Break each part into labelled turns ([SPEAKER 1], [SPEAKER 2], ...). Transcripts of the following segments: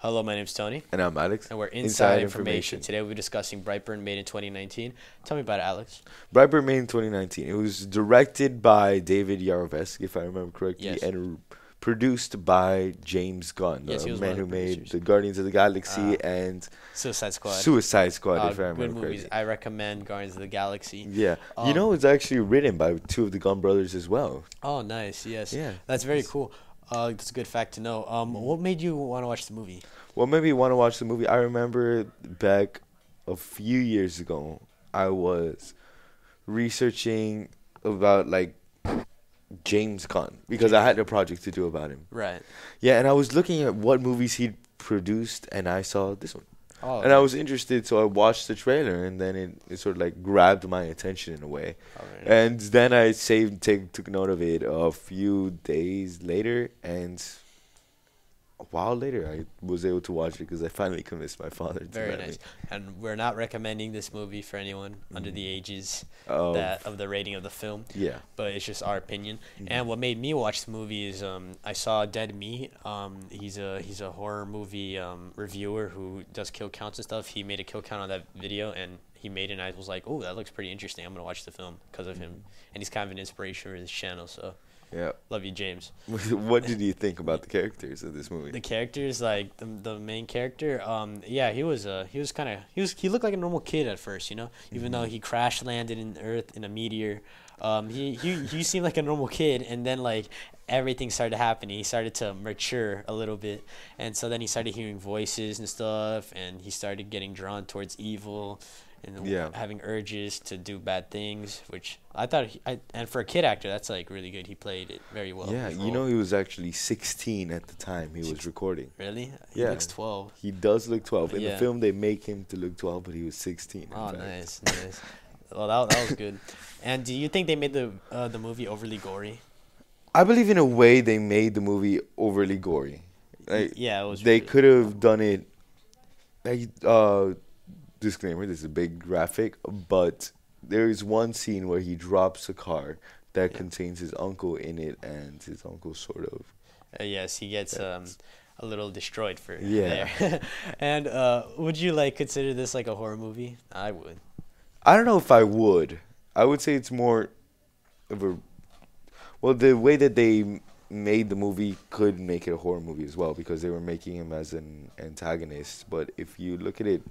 [SPEAKER 1] Hello, my name's Tony,
[SPEAKER 2] And I'm Alex.
[SPEAKER 1] and we're Inside, Information. Today we'll be discussing Brightburn made in 2019. Tell me about it, Alex.
[SPEAKER 2] Brightburn Maine 2019. It was directed by David Yarovesk, if I remember correctly,
[SPEAKER 1] Yes.
[SPEAKER 2] and r- produced by James Gunn,
[SPEAKER 1] Yes, he
[SPEAKER 2] the
[SPEAKER 1] was
[SPEAKER 2] man
[SPEAKER 1] one
[SPEAKER 2] who
[SPEAKER 1] of the
[SPEAKER 2] made
[SPEAKER 1] producers.
[SPEAKER 2] the Guardians of the Galaxy
[SPEAKER 1] Ah.
[SPEAKER 2] and
[SPEAKER 1] Suicide Squad.
[SPEAKER 2] Suicide Squad,
[SPEAKER 1] Uh,
[SPEAKER 2] if I
[SPEAKER 1] good
[SPEAKER 2] remember
[SPEAKER 1] movies.
[SPEAKER 2] correctly.
[SPEAKER 1] I recommend Guardians of the Galaxy.
[SPEAKER 2] Yeah.
[SPEAKER 1] Um,
[SPEAKER 2] you know, it's actually written by two of the Gunn brothers as well.
[SPEAKER 1] Oh, nice. Yes.
[SPEAKER 2] Yeah,
[SPEAKER 1] That's very cool. Uh, that's a good fact to know. Um, what made you want to watch the movie?
[SPEAKER 2] Well, maybe you want to watch the movie. I remember back a few years ago, I was researching about like James Gunn because I had a project to do about him.
[SPEAKER 1] Right.
[SPEAKER 2] Yeah, and I was looking at what movies he'd produced, and I saw this one.
[SPEAKER 1] Oh,
[SPEAKER 2] and I was interested, so I watched the trailer, and then it, it sort of like grabbed my attention in a way.
[SPEAKER 1] oh, very nice.
[SPEAKER 2] And then I saved, take, took note of it a few days later, and a while later, I was able to watch it because I finally convinced my father to
[SPEAKER 1] Very
[SPEAKER 2] let
[SPEAKER 1] nice.
[SPEAKER 2] me.
[SPEAKER 1] And we're not recommending this movie for anyone under the ages
[SPEAKER 2] Mm. Oh,
[SPEAKER 1] that of the rating of the film.
[SPEAKER 2] yeah.
[SPEAKER 1] but it's just our opinion. And what made me watch the movie is um, I saw Dead Meat. Um, he's a he's a horror movie um, reviewer who does kill counts and stuff. He made a kill count on that video, and he made it. And I was like, oh, that looks pretty interesting. I'm gonna watch the film because of him, and he's kind of an inspiration for his channel. So
[SPEAKER 2] Yeah.
[SPEAKER 1] love you, James.
[SPEAKER 2] what did you think about the characters of this movie?
[SPEAKER 1] The characters, like the, the main character, um, yeah, he was uh, he was kind of he was he looked like a normal kid at first, you know, even
[SPEAKER 2] Mm-hmm.
[SPEAKER 1] though he crash landed in Earth in a meteor, um, he he he seemed like a normal kid, and then like everything started happening. He started to mature a little bit, and so then he started hearing voices and stuff, and he started getting drawn towards evil. And
[SPEAKER 2] Yeah.
[SPEAKER 1] having urges to do bad things, which I thought, he, I, and for a kid actor, that's like really good. He played it very well.
[SPEAKER 2] yeah,
[SPEAKER 1] his
[SPEAKER 2] you
[SPEAKER 1] role.
[SPEAKER 2] know, he was actually 16 at the time he was recording.
[SPEAKER 1] Really? He
[SPEAKER 2] Yeah.
[SPEAKER 1] looks 12.
[SPEAKER 2] He does look 12. In
[SPEAKER 1] Yeah.
[SPEAKER 2] the film, they make him to look 12, but he was 16. in
[SPEAKER 1] Oh,
[SPEAKER 2] fact.
[SPEAKER 1] nice, nice. Well, that, that was good. And do you think they made the uh, the movie overly gory?
[SPEAKER 2] I believe in a way they made the movie overly gory. Like,
[SPEAKER 1] yeah, it was.
[SPEAKER 2] they
[SPEAKER 1] really-
[SPEAKER 2] could have done it. Like, uh, disclaimer: This is a big graphic, but there is one scene where he drops a car that contains his uncle in it, and his uncle sort of
[SPEAKER 1] Uh, yes, he gets um, a little destroyed for
[SPEAKER 2] Yeah.
[SPEAKER 1] there. and uh, would you like consider this like a horror movie? I would.
[SPEAKER 2] I don't know if I would. I would say it's more of a well, the way that they m- made the movie could make it a horror movie as well because they were making him as an antagonist. But if you look at it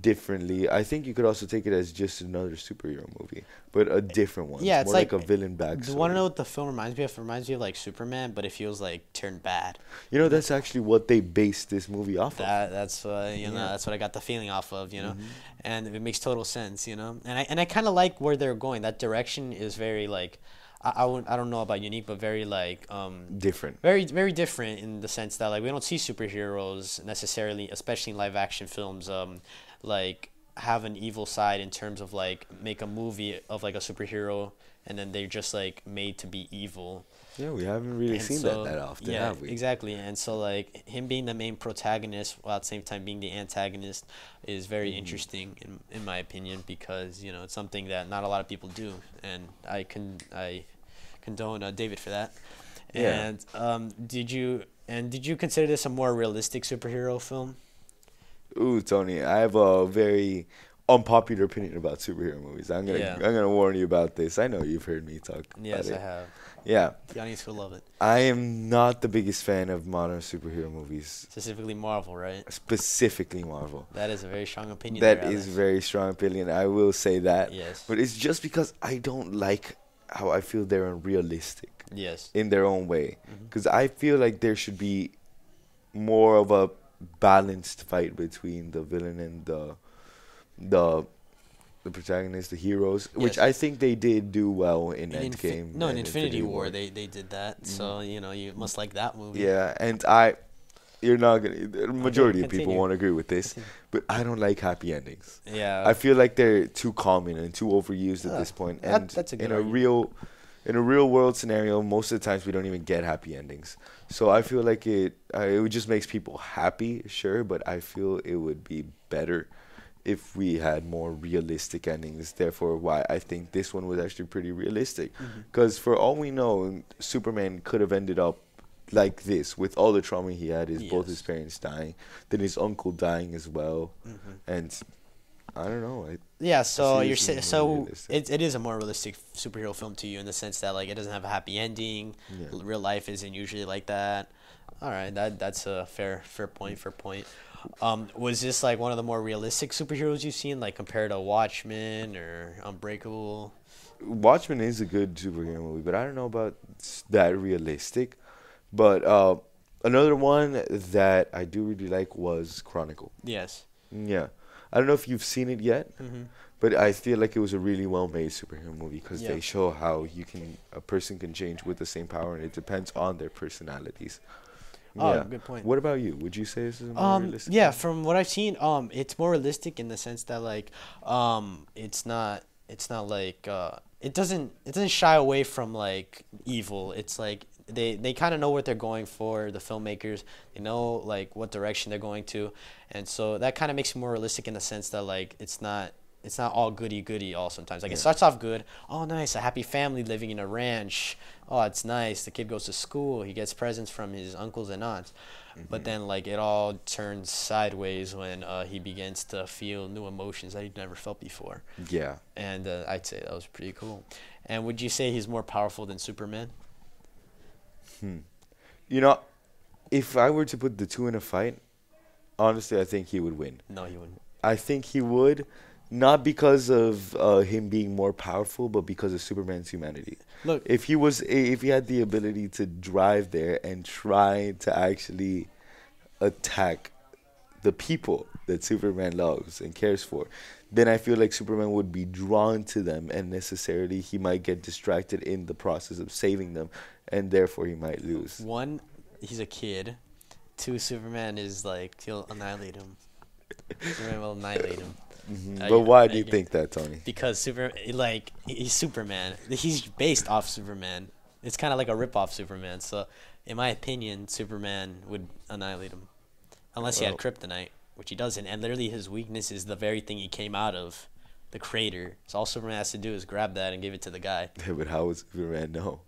[SPEAKER 2] differently, I think you could also take it as just another superhero movie, but a different one.
[SPEAKER 1] Yeah, it's
[SPEAKER 2] more like,
[SPEAKER 1] like-
[SPEAKER 2] a villain backstory.
[SPEAKER 1] Do you want to know what the film reminds me of? It reminds me of like Superman, but it feels like turned bad.
[SPEAKER 2] You know, that's actually what they based this movie off of.
[SPEAKER 1] That that's what you know.
[SPEAKER 2] Yeah.
[SPEAKER 1] That's what I got the feeling off of, you know, and it makes total sense, you know. And I and I kind of like where they're going. That direction is very like, I I, wouldn't, I don't know about unique, but very like um
[SPEAKER 2] Different.
[SPEAKER 1] very very different in the sense that like we don't see superheroes necessarily, especially in live action films. Um, like have an evil side in terms of like make a movie of like a superhero and then they're just like made to be evil
[SPEAKER 2] Yeah, we haven't really
[SPEAKER 1] and
[SPEAKER 2] seen
[SPEAKER 1] so-
[SPEAKER 2] that that often,
[SPEAKER 1] yeah,
[SPEAKER 2] have we?
[SPEAKER 1] Exactly. And so like him being the main protagonist while at the same time being the antagonist is very
[SPEAKER 2] Mm-hmm.
[SPEAKER 1] interesting in in my opinion because, you know, it's something that not a lot of people do and I can I condone uh, David for that.
[SPEAKER 2] Yeah.
[SPEAKER 1] And um did you and did you consider this a more realistic superhero film?
[SPEAKER 2] Ooh, Tony, I have a very unpopular opinion about superhero movies. I'm gonna
[SPEAKER 1] Yeah.
[SPEAKER 2] I'm gonna warn you about this. I know you've heard me talk
[SPEAKER 1] Yes, I
[SPEAKER 2] about it.
[SPEAKER 1] have.
[SPEAKER 2] Yeah.
[SPEAKER 1] The audience will love it.
[SPEAKER 2] I am not the biggest fan of modern superhero movies,
[SPEAKER 1] Specifically Marvel, right?
[SPEAKER 2] specifically Marvel.
[SPEAKER 1] That is a very strong opinion.
[SPEAKER 2] That
[SPEAKER 1] there,
[SPEAKER 2] is
[SPEAKER 1] Alex.
[SPEAKER 2] very strong opinion. I will say that.
[SPEAKER 1] Yes.
[SPEAKER 2] But it's just because I don't like how I feel they're unrealistic
[SPEAKER 1] Yes.
[SPEAKER 2] in their own way.
[SPEAKER 1] Mm-hmm.
[SPEAKER 2] Because I feel like there should be more of a balanced fight between the villain and the the the protagonist, the heroes, which
[SPEAKER 1] Yes.
[SPEAKER 2] I think they did do well in
[SPEAKER 1] In Infi-
[SPEAKER 2] Endgame.
[SPEAKER 1] no, in
[SPEAKER 2] and
[SPEAKER 1] Infinity, War, Mm-hmm. they they did that. So you know you must like that movie.
[SPEAKER 2] yeah, and I, you're not gonna. The majority of people
[SPEAKER 1] continue. Uh,
[SPEAKER 2] won't agree with this, but I don't like happy endings.
[SPEAKER 1] Yeah.
[SPEAKER 2] I feel like they're too common and too overused at
[SPEAKER 1] Ah,
[SPEAKER 2] this point.
[SPEAKER 1] that-
[SPEAKER 2] And
[SPEAKER 1] that's a good
[SPEAKER 2] in a
[SPEAKER 1] argument.
[SPEAKER 2] real, in a real world scenario, most of the times we don't even get happy endings. So I feel like it, uh, it just makes people happy, sure, but I feel it would be better if we had more realistic endings. Therefore, why I think this one was actually pretty realistic, because for all we know, Superman could have ended up like this with all the trauma he had, his both
[SPEAKER 1] Yes.
[SPEAKER 2] his parents dying, then his uncle dying as well, and I don't know. I,
[SPEAKER 1] Yeah, so
[SPEAKER 2] see
[SPEAKER 1] you're
[SPEAKER 2] this
[SPEAKER 1] sa-
[SPEAKER 2] as more
[SPEAKER 1] so
[SPEAKER 2] realistic.
[SPEAKER 1] it, it is a more realistic superhero film to you in the sense that like it doesn't have a happy ending.
[SPEAKER 2] Yeah.
[SPEAKER 1] L- Real life isn't usually like that. All right, that that's a fair fair point. Fair point. Um, was this like one of the more realistic superheroes you've seen, like compared to Watchmen or Unbreakable?
[SPEAKER 2] Watchmen is a good superhero movie, but I don't know about s- that realistic. But uh, another one that I do really like was Chronicle.
[SPEAKER 1] Yes.
[SPEAKER 2] Yeah, I don't know if you've seen it yet,
[SPEAKER 1] Mm-hmm.
[SPEAKER 2] but I feel like it was a really well-made superhero movie because
[SPEAKER 1] Yeah.
[SPEAKER 2] they show how you can a person can change with the same power, and it depends on their personalities.
[SPEAKER 1] Oh, good point.
[SPEAKER 2] What about you? Would you say this is a more
[SPEAKER 1] Um,
[SPEAKER 2] realistic?
[SPEAKER 1] yeah, from what I've seen, um, it's more realistic in the sense that like, um, it's not, it's not like, uh, it doesn't, it doesn't shy away from like evil. It's like they, they kind of know what they're going for. The filmmakers, they know like what direction they're going to, and so that kind of makes it more realistic in the sense that like it's not. It's not all goody goody all sometimes. Like it starts off good. Oh, nice, a happy family living in a ranch. Oh, it's nice. The kid goes to school. He gets presents from his uncles and aunts.
[SPEAKER 2] Mm-hmm.
[SPEAKER 1] But then, like, it all turns sideways when uh, he begins to feel new emotions that he'd never felt before.
[SPEAKER 2] Yeah.
[SPEAKER 1] And uh, I'd say that was pretty cool. And would you say he's more powerful than Superman?
[SPEAKER 2] You know, if I were to put the two in a fight, honestly, I think he would win.
[SPEAKER 1] No, he wouldn't.
[SPEAKER 2] I think he would, not because of uh, him being more powerful, but because of Superman's humanity.
[SPEAKER 1] Look-
[SPEAKER 2] if he was, if he had the ability to drive there and try to actually attack the people that Superman loves and cares for, then I feel like Superman would be drawn to them, and necessarily he might get distracted in the process of saving them, and therefore he might lose.
[SPEAKER 1] One, he's a kid. Two, Superman is like, he'll annihilate him. Superman will annihilate him. Uh,
[SPEAKER 2] Mm-hmm. But why do you
[SPEAKER 1] Megan.
[SPEAKER 2] think that, Tony?
[SPEAKER 1] Because super, like he's Superman. He's based off Superman. It's kind of like a rip off Superman. So, in my opinion, Superman would annihilate him, unless he had kryptonite, which he doesn't. And literally, his weakness is the very thing he came out of, the crater. So all Superman has to do is grab that and give it to the guy.
[SPEAKER 2] But how would Superman know?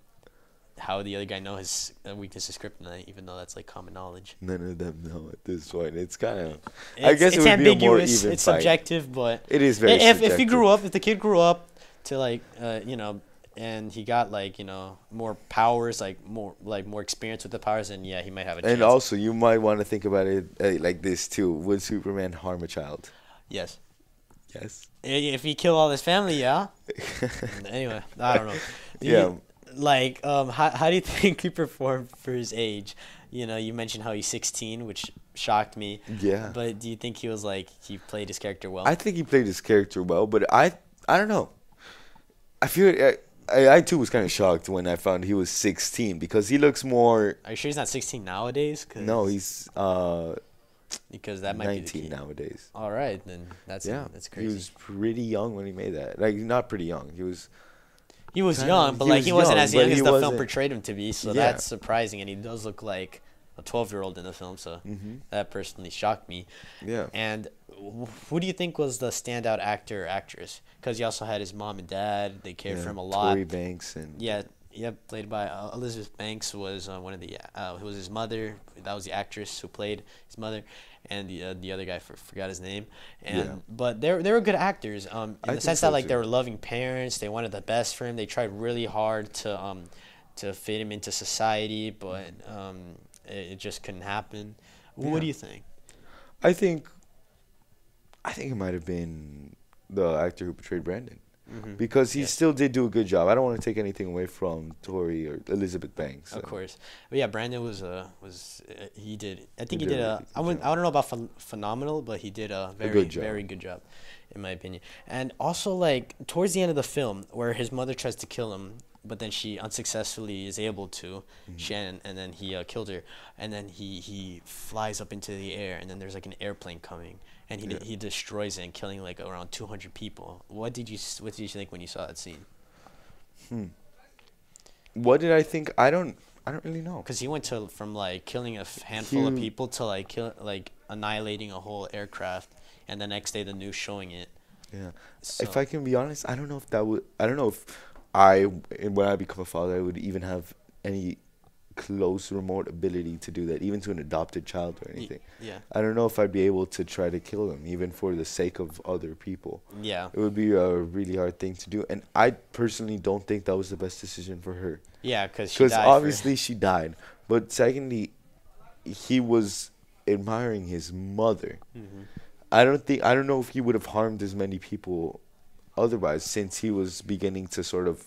[SPEAKER 1] How would the other guy know his uh, weakness is kryptonite, even though that's like common knowledge?
[SPEAKER 2] None of them know at this point. It's kind of.
[SPEAKER 1] It's,
[SPEAKER 2] I guess
[SPEAKER 1] it's
[SPEAKER 2] it would
[SPEAKER 1] ambiguous.
[SPEAKER 2] be a more even
[SPEAKER 1] it's
[SPEAKER 2] fight.
[SPEAKER 1] subjective, but
[SPEAKER 2] It is very
[SPEAKER 1] if if he
[SPEAKER 2] subjective.
[SPEAKER 1] grew up, if the kid grew up to like uh, you know, and he got like you know more powers, like more like more experience with the powers, then yeah, he might have a chance.
[SPEAKER 2] And also, you might want to think about it uh, like this too. Would Superman harm a child?
[SPEAKER 1] yes,
[SPEAKER 2] Yes.
[SPEAKER 1] I- if he kill all his family, yeah. anyway, I don't know. Do
[SPEAKER 2] Yeah.
[SPEAKER 1] you- like, um, how how do you think he performed for his age? You know, you mentioned how he's sixteen, which shocked me.
[SPEAKER 2] Yeah.
[SPEAKER 1] But do you think he was like he played his character well?
[SPEAKER 2] I think he played his character well, but I I don't know. I feel I, I, I too was kind of shocked when I found he was 16 because he looks more.
[SPEAKER 1] Are you sure he's not sixteen nowadays? 'Cause-
[SPEAKER 2] No, he's uh
[SPEAKER 1] because that might be the
[SPEAKER 2] 19
[SPEAKER 1] key.
[SPEAKER 2] nowadays.
[SPEAKER 1] All right, then that's
[SPEAKER 2] Yeah,
[SPEAKER 1] that's crazy.
[SPEAKER 2] he was pretty young when he made that. Like not pretty young. He was kinda-
[SPEAKER 1] young, but
[SPEAKER 2] he
[SPEAKER 1] like
[SPEAKER 2] was
[SPEAKER 1] he wasn't
[SPEAKER 2] young,
[SPEAKER 1] as young
[SPEAKER 2] but
[SPEAKER 1] as
[SPEAKER 2] he
[SPEAKER 1] the film
[SPEAKER 2] wasn't-
[SPEAKER 1] portrayed him to be, so
[SPEAKER 2] Yeah.
[SPEAKER 1] that's surprising. And he does look like a twelve-year-old in the film, so that personally shocked me.
[SPEAKER 2] Mm-hmm. Yeah.
[SPEAKER 1] And wh- who do you think was the standout actor or actress? Because he also had his mom and dad; they cared
[SPEAKER 2] yeah,
[SPEAKER 1] for him a lot.
[SPEAKER 2] Tory Banks and
[SPEAKER 1] Yeah, yeah, played by uh, Elizabeth Banks was uh, one of the uh, who was his mother. That was the actress who played his mother, and the uh, the other guy for, forgot his name. And
[SPEAKER 2] Yeah.
[SPEAKER 1] but they they were good actors. Um, in
[SPEAKER 2] I
[SPEAKER 1] the
[SPEAKER 2] think
[SPEAKER 1] sense
[SPEAKER 2] so,
[SPEAKER 1] that like they
[SPEAKER 2] too.
[SPEAKER 1] were loving parents. They wanted the best for him. They tried really hard to um to fit him into society, but um it, it just couldn't happen. What do
[SPEAKER 2] Yeah.
[SPEAKER 1] you think?
[SPEAKER 2] I think I think it might have been the actor who portrayed Brandon.
[SPEAKER 1] Mm-hmm.
[SPEAKER 2] Because he
[SPEAKER 1] Yes.
[SPEAKER 2] still did do a good job. I don't want to take anything away from Tori or Elizabeth Banks.
[SPEAKER 1] Of
[SPEAKER 2] and-
[SPEAKER 1] course, but yeah, Brandon was uh was uh, he did I think he,
[SPEAKER 2] He
[SPEAKER 1] did,
[SPEAKER 2] did a
[SPEAKER 1] a
[SPEAKER 2] really
[SPEAKER 1] I
[SPEAKER 2] good
[SPEAKER 1] wouldn't
[SPEAKER 2] job.
[SPEAKER 1] I don't know about phen phenomenal, but he did a very
[SPEAKER 2] good job.
[SPEAKER 1] very good job, in my opinion. And also like towards the end of the film, where his mother tries to kill him, but then she unsuccessfully is able to, Shannon, and then he uh, killed her, and then he he flies up into the air, and then there's like an airplane coming, and he de- he destroys it, and killing like around two hundred people. What did you s- what did you think when you saw that scene?
[SPEAKER 2] What did I think? I don't I don't really know.
[SPEAKER 1] Because he went to from like killing a f- handful of
[SPEAKER 2] Huge.
[SPEAKER 1] people to like kill, like annihilating a whole aircraft, and the next day the news showing it.
[SPEAKER 2] Yeah. If
[SPEAKER 1] So-
[SPEAKER 2] I can be honest, I don't know if that would I don't know if I when I become a father I would even have any close remote ability to do that, even to an adopted child or anything.
[SPEAKER 1] Yeah.
[SPEAKER 2] I don't know if I'd be able to try to kill them, even for the sake of other people.
[SPEAKER 1] Yeah.
[SPEAKER 2] It would be a really hard thing to do, and I personally don't think that was the best decision for her.
[SPEAKER 1] Yeah, because she
[SPEAKER 2] Because
[SPEAKER 1] died. for-
[SPEAKER 2] obviously she died, but secondly, he was admiring his mother.
[SPEAKER 1] Mm-hmm.
[SPEAKER 2] I don't think I don't know if he would have harmed as many people otherwise, since he was beginning to sort of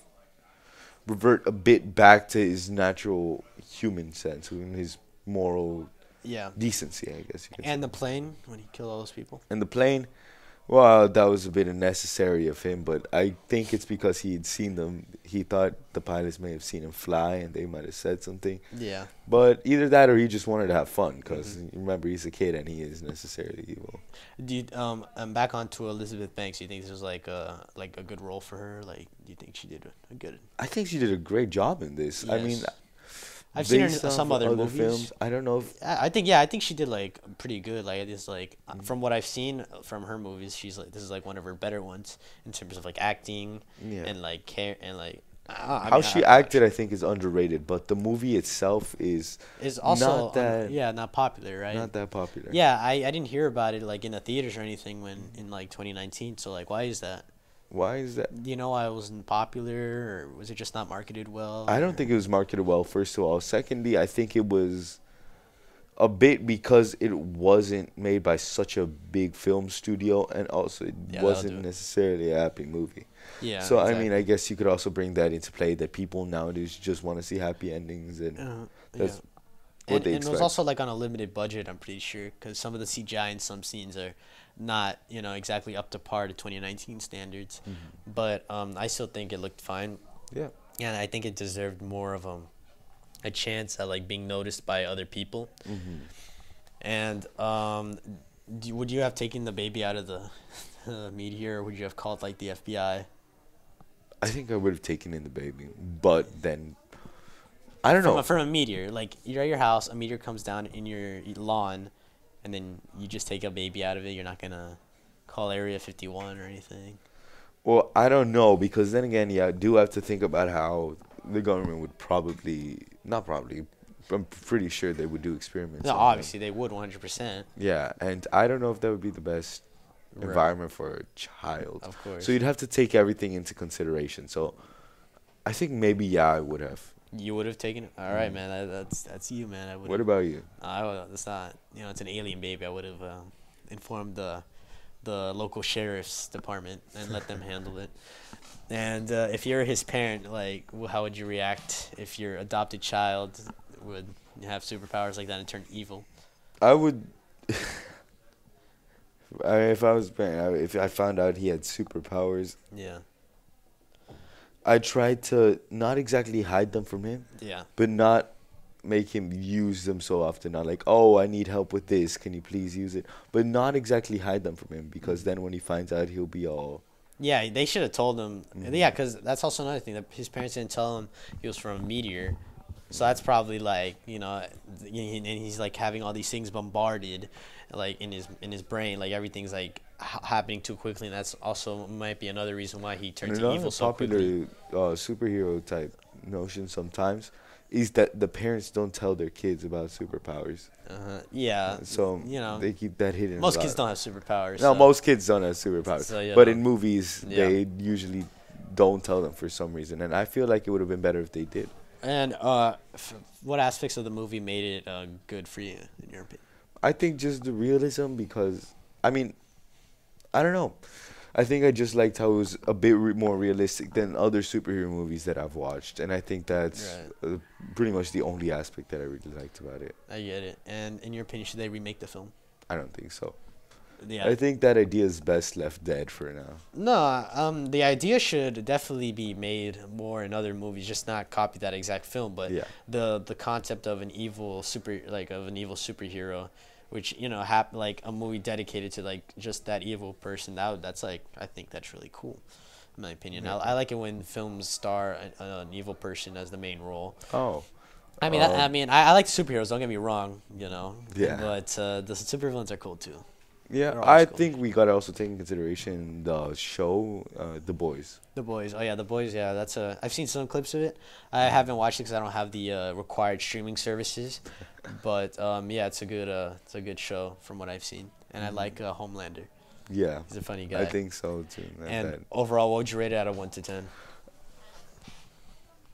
[SPEAKER 2] revert a bit back to his natural human sense and his moral
[SPEAKER 1] yeah.
[SPEAKER 2] decency, I guess. You could say.
[SPEAKER 1] And the plane when he killed all those people.
[SPEAKER 2] And the plane, well, that was a bit unnecessary of him, but I think it's because he had seen them. He thought the pilots may have seen him fly, and they might have said something.
[SPEAKER 1] Yeah.
[SPEAKER 2] But either that, or he just wanted to have fun, because
[SPEAKER 1] Mm-hmm.
[SPEAKER 2] remember he's a kid and he is necessarily evil.
[SPEAKER 1] Do you, um I'm back onto Elizabeth Banks. Do you think this was like a like a good role for her? Like, do you think she did a good?
[SPEAKER 2] I think she did a great job in this. I mean,
[SPEAKER 1] Yes. I've seen her in
[SPEAKER 2] based off
[SPEAKER 1] some
[SPEAKER 2] of
[SPEAKER 1] other, movies.
[SPEAKER 2] I don't know if
[SPEAKER 1] I I think yeah, I think she did like pretty good. Like it is like
[SPEAKER 2] Mm-hmm.
[SPEAKER 1] uh, from what I've seen uh, from her movies, she's like this is like one of her better ones in terms of like acting
[SPEAKER 2] Yeah.
[SPEAKER 1] and like care and like uh, I
[SPEAKER 2] how
[SPEAKER 1] mean,
[SPEAKER 2] she
[SPEAKER 1] I-
[SPEAKER 2] acted. I think is underrated, but the movie itself is
[SPEAKER 1] is also
[SPEAKER 2] not
[SPEAKER 1] un-
[SPEAKER 2] that
[SPEAKER 1] yeah not popular right.
[SPEAKER 2] not that popular. Mm-hmm.
[SPEAKER 1] yeah, I, I didn't hear about it like in the theaters or anything when in like 2019. So like, why is that?
[SPEAKER 2] Why is that?
[SPEAKER 1] Do You know, I wasn't popular, or was it just not marketed well?
[SPEAKER 2] I
[SPEAKER 1] or-
[SPEAKER 2] don't think it was marketed well, first of all. Secondly, I think it was a bit because it wasn't made by such a big film studio, and also it
[SPEAKER 1] Yeah, that'll do
[SPEAKER 2] wasn't
[SPEAKER 1] it.
[SPEAKER 2] necessarily a happy movie.
[SPEAKER 1] Yeah.
[SPEAKER 2] so, I mean, I guess you could also bring that into play that people nowadays just want to see happy endings, and
[SPEAKER 1] Uh,
[SPEAKER 2] that's
[SPEAKER 1] yeah.
[SPEAKER 2] what
[SPEAKER 1] and,
[SPEAKER 2] they
[SPEAKER 1] and it was
[SPEAKER 2] expect.
[SPEAKER 1] also like on a limited budget, I'm pretty sure, because some of the CGI in some scenes are not, you know, exactly up to par to 2019 standards.
[SPEAKER 2] Mm-hmm.
[SPEAKER 1] But um, I still think it looked fine,
[SPEAKER 2] yeah,
[SPEAKER 1] and I think it deserved more of um, a chance at like being noticed by other people.
[SPEAKER 2] Mm-hmm.
[SPEAKER 1] And um, do, would you have taken the baby out of the, the meteor, or would you have called like the FBI?
[SPEAKER 2] I think I would have taken in the baby, but then I don't
[SPEAKER 1] From
[SPEAKER 2] know.
[SPEAKER 1] a, from a meteor, like you're at your house, a meteor comes down in your lawn, and then you just take a baby out of it. You're not gonna call Area 51 or anything.
[SPEAKER 2] Well, I don't know because then again, yeah, I do have to think about how the government would probably not probably. I'm pretty sure they would do experiments.
[SPEAKER 1] No,
[SPEAKER 2] on them.
[SPEAKER 1] obviously they would 100. percent
[SPEAKER 2] Yeah, and I don't know if that would be the best
[SPEAKER 1] Right.
[SPEAKER 2] environment for a child.
[SPEAKER 1] Of course.
[SPEAKER 2] So you'd have to take everything into consideration. So I think maybe yeah, I would have.
[SPEAKER 1] You would have taken. it? All right, man. That, that's that's you, man. I would.
[SPEAKER 2] Mm. What about you?
[SPEAKER 1] I would. That's not. You know, it's an alien baby. I would have um, informed the the local sheriff's department and let them handle it. And uh, if you're his parent, like, wh- how would you react if your adopted child would have superpowers like that and turn evil?
[SPEAKER 2] I would. I, if I was parent, I- if I found out he had superpowers,
[SPEAKER 1] Yeah,
[SPEAKER 2] I tried to not exactly hide them from him,
[SPEAKER 1] yeah,
[SPEAKER 2] but not make him use them so often. Not like, oh, I need help with this. Can you please use it? But not exactly hide them from him because then when he finds out, he'll be all.
[SPEAKER 1] yeah. They should have told him.
[SPEAKER 2] Mm-hmm.
[SPEAKER 1] Yeah, because that's also another thing that his parents didn't tell him he was from a meteor. So that's probably like you know, th- and and he's like having all these things bombarded, like in his in his brain, like everything's like ha- happening too quickly, and that's also might be another reason why he turns
[SPEAKER 2] Another
[SPEAKER 1] evil so quickly.
[SPEAKER 2] popular uh, superhero type notion sometimes is that the parents don't tell their kids about superpowers,
[SPEAKER 1] uh Yeah.
[SPEAKER 2] so
[SPEAKER 1] you know,
[SPEAKER 2] they keep that hidden. a
[SPEAKER 1] most
[SPEAKER 2] lot.
[SPEAKER 1] kids don't have superpowers.
[SPEAKER 2] No,
[SPEAKER 1] so-
[SPEAKER 2] most kids don't have superpowers,
[SPEAKER 1] So, you
[SPEAKER 2] but
[SPEAKER 1] know.
[SPEAKER 2] in movies
[SPEAKER 1] Yeah.
[SPEAKER 2] they usually don't tell them for some reason, and I feel like it would have been better if they did.
[SPEAKER 1] And uh, f- what aspects of the movie made it uh, good for you, in your opinion?
[SPEAKER 2] I think just the realism because I mean, I don't know. I think I just liked how it was a bit re- more realistic than other superhero movies that I've watched, and I think that's uh, pretty much the only aspect that I really liked about it.
[SPEAKER 1] I get it. And in your opinion, should they remake the film?
[SPEAKER 2] I don't think so.
[SPEAKER 1] Yeah.
[SPEAKER 2] I think that idea is best left dead for now.
[SPEAKER 1] no, um, the idea should definitely be made more in other movies, just not copy that exact film. But
[SPEAKER 2] Yeah.
[SPEAKER 1] the the concept of an evil super, like of an evil superhero, which you know, hap- like a movie dedicated to like just that evil person. That that's like I think that's really cool, in my opinion. I, I like it when films star an, an evil person as the main role.
[SPEAKER 2] Oh,
[SPEAKER 1] I mean, I, I
[SPEAKER 2] Um,
[SPEAKER 1] mean, I, I like superheroes. Don't get me wrong, you know.
[SPEAKER 2] Yeah.
[SPEAKER 1] But uh, the supervillains are cool too.
[SPEAKER 2] Yeah,
[SPEAKER 1] They're all
[SPEAKER 2] I
[SPEAKER 1] schools.
[SPEAKER 2] think we gotta also take in consideration the show, uh, The Boys.
[SPEAKER 1] The boys. Oh yeah, the boys. Yeah, that's a. I've seen some clips of it. I haven't watched it because I don't have the uh, required streaming services. But um, yeah, it's a good. Uh, it's a good show from what I've seen, and I like uh, Homelander.
[SPEAKER 2] Yeah,
[SPEAKER 1] He's a funny guy.
[SPEAKER 2] Mm-hmm. I think so too. Not
[SPEAKER 1] And
[SPEAKER 2] bad.
[SPEAKER 1] overall, what would you rate it out of one to ten?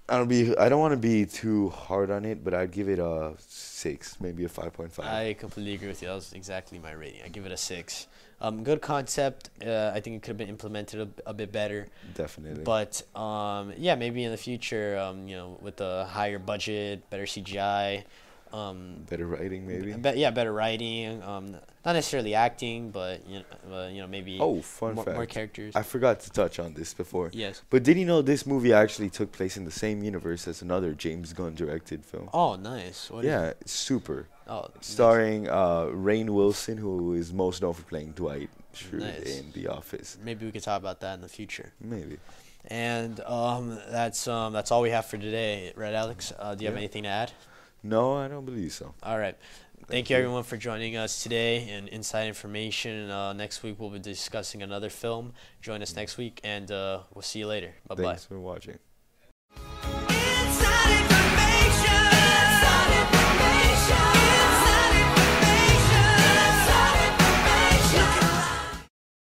[SPEAKER 2] I don't be. I don't want to be too hard on it, but I'd give it a six, maybe a five point five.
[SPEAKER 1] I completely agree with you. That was exactly my rating. I give it a six. Um, good concept. Uh, I think it could have been implemented a, a bit better.
[SPEAKER 2] Definitely.
[SPEAKER 1] But um, yeah, maybe in the future, um, you know, with a higher budget, better CGI, um,
[SPEAKER 2] Better writing, maybe.
[SPEAKER 1] be- yeah, better writing. Um, not necessarily acting, but you know, uh, you know maybe
[SPEAKER 2] Oh, fun
[SPEAKER 1] more,
[SPEAKER 2] fact.
[SPEAKER 1] more characters.
[SPEAKER 2] I forgot to touch on this before.
[SPEAKER 1] yes.
[SPEAKER 2] But did you know this movie actually took place in the same universe as another James Gunn directed film?
[SPEAKER 1] Oh, nice. What is-
[SPEAKER 2] yeah, Super,
[SPEAKER 1] oh, nice.
[SPEAKER 2] starring uh, Rain Wilson, who is most known for playing Dwight Schrute
[SPEAKER 1] Nice.
[SPEAKER 2] in The Office.
[SPEAKER 1] Maybe we could talk about that in the future.
[SPEAKER 2] Maybe.
[SPEAKER 1] And um, that's um, that's all we have for today, right, Alex? Uh, do you have
[SPEAKER 2] Yeah.
[SPEAKER 1] anything to add?
[SPEAKER 2] No, I don't believe so.
[SPEAKER 1] All right. Thank,
[SPEAKER 2] Thank
[SPEAKER 1] you,
[SPEAKER 2] you.
[SPEAKER 1] everyone, for joining us today and inside information. Uh, next week, we'll be discussing another film. Join us next week, and uh, we'll see you later. Bye bye.
[SPEAKER 2] Mm. Thanks for watching.